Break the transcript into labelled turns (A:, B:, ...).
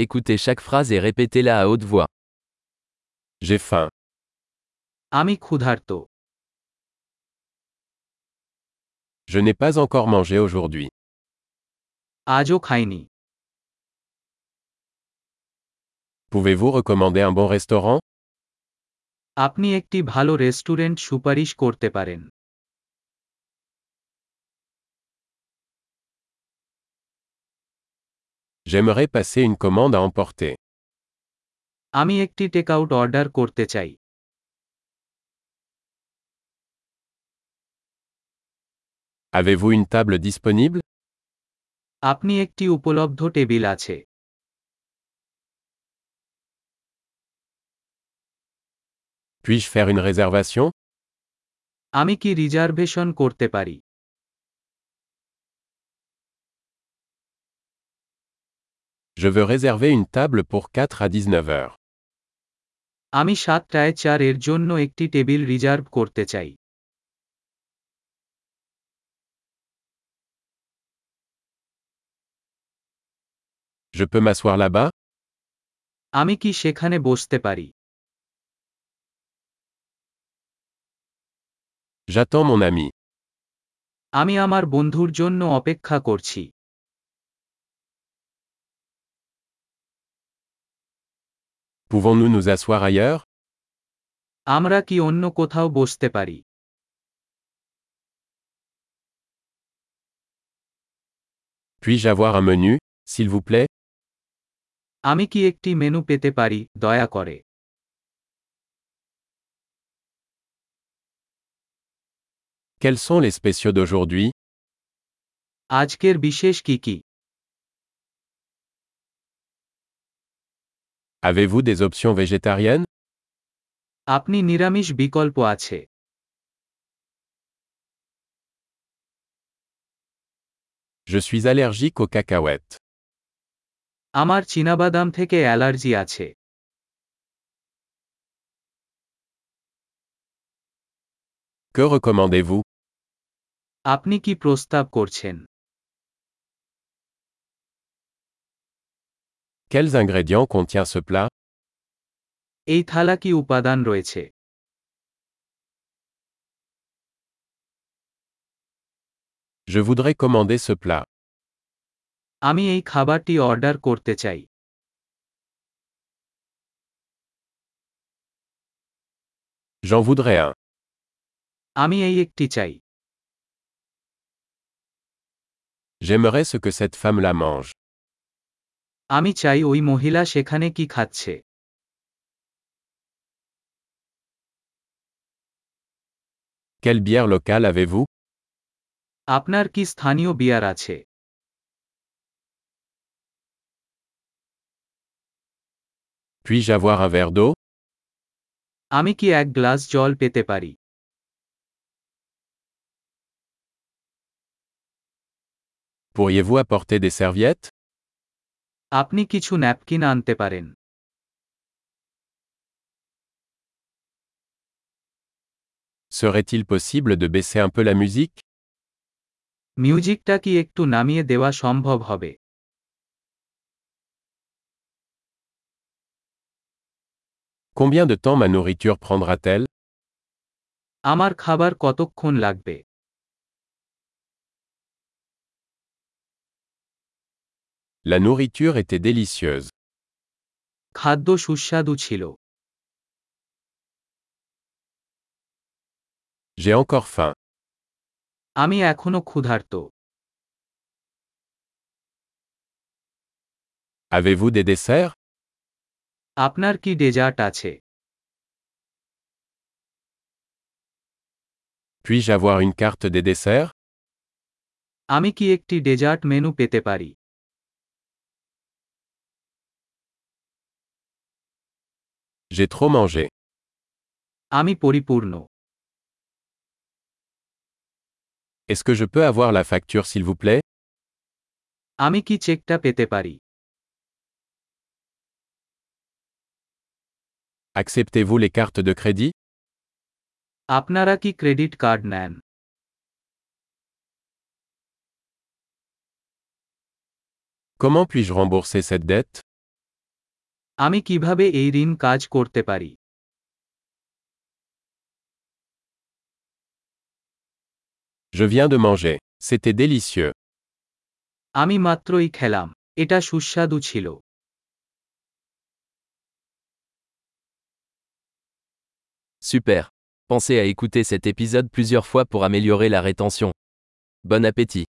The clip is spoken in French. A: Écoutez chaque phrase et répétez-la à haute voix.
B: J'ai faim.
C: আমি ক্ষুধার্ত
B: Je n'ai pas encore mangé aujourd'hui.
C: আজও খাইনি
B: Pouvez-vous recommander un bon restaurant
C: আপনি একটি ভালো রেস্টুরেন্ট সুপারিশ করতে পারেন
B: J'aimerais passer une commande à emporter.
C: আমি একটি টেকআউট অর্ডার করতে চাই
B: Avez-vous une table disponible
C: আপনি একটি উপলব্ধ টেবিল আছে
B: Puis-je faire une réservation
C: আমি কি রিজার্ভেশন করতে পারি
B: Je veux réserver une table pour 4 à 19 heures.
C: আমি সাতটায় চার এর জন্য একটি টেবিল রিজার্ভ করতে চাই
B: Je peux m'asseoir là-bas
C: আমি কি সেখানে বসতে পারি
B: J'attends mon ami.
C: আমি আমার বন্ধুর জন্য অপেক্ষা করছি
B: Pouvons-nous nous asseoir ailleurs
C: আমরা কি অন্য কোথাও বসতে পারি
B: Puis-je avoir un menu, s'il vous plaît
C: আমি কি একটি মেনু পেতে পারি দয়া করে
B: Quels sont les spéciaux d'aujourd'hui
C: আজকের বিশেষ কি কি
B: Avez-vous des options végétariennes
C: আপনি নিরামিষ বিকল্প আছে
B: Je suis allergique aux cacahuètes.
C: আমার চীনাবাদাম থেকে অ্যালার্জি আছে
B: Que recommandez-vous
C: আপনি কি প্রস্তাব করছেন
B: Quels ingrédients contient ce plat
C: এই থালা কি উপাদান রয়েছে
B: Je voudrais commander ce plat.
C: আমি এই খাবারটি অর্ডার করতে চাই
B: J'en voudrais un.
C: আমি এই একটি চাই
B: J'aimerais ce que cette femme la mange.
C: আমি চাই ওই মহিলা সেখানে কি খাচ্ছে
B: Quelle bière locale avez-vous
C: আপনার কি স্থানীয় বিয়ার আছে
B: Puis-je avoir un verre d'eau
C: আমি কি এক গ্লাস জল পেতে পারি
B: Pourriez-vous apporter des serviettes
C: আপনি কিছু ন্যাপকিন আনতে পারেন
B: Serait-il possible de baisser un peu la musique
C: মিউজিকটা কি একটু নামিয়ে দেওয়া সম্ভব হবে
B: Combien de temps ma nourriture prendra-t-elle
C: আমার খাবার কতক্ষণ লাগবে
B: La nourriture était délicieuse.
C: খাদ্য সুস্বাদু ছিল
B: J'ai encore faim.
C: আমি এখনও ক্ষুধার্ত
B: Avez-vous des desserts
C: আপনার কি ডেজার্ট আছে
B: Puis-je avoir une carte des desserts
C: আমি কি একটি ডেজার্ট মেনু পেতে পারি
B: J'ai trop mangé.
C: আমি পরিপূর্ণ
B: Est-ce que je peux avoir la facture s'il vous plaît
C: আমি কি চেকটা পেতে পারি
B: Acceptez-vous les cartes de crédit
C: আপনারা কি ক্রেডিট কার্ড নেন
B: Comment puis-je rembourser cette dette
C: আমি কিভাবে এই ঋণ কাজ করতে পারি
D: Je viens de manger. C'était délicieux.
C: আমি মাত্রই খেলাম এটা সুস্বাদু ছিল
B: Super. Pensez à écouter cet épisode plusieurs fois pour améliorer la rétention. Bon appétit.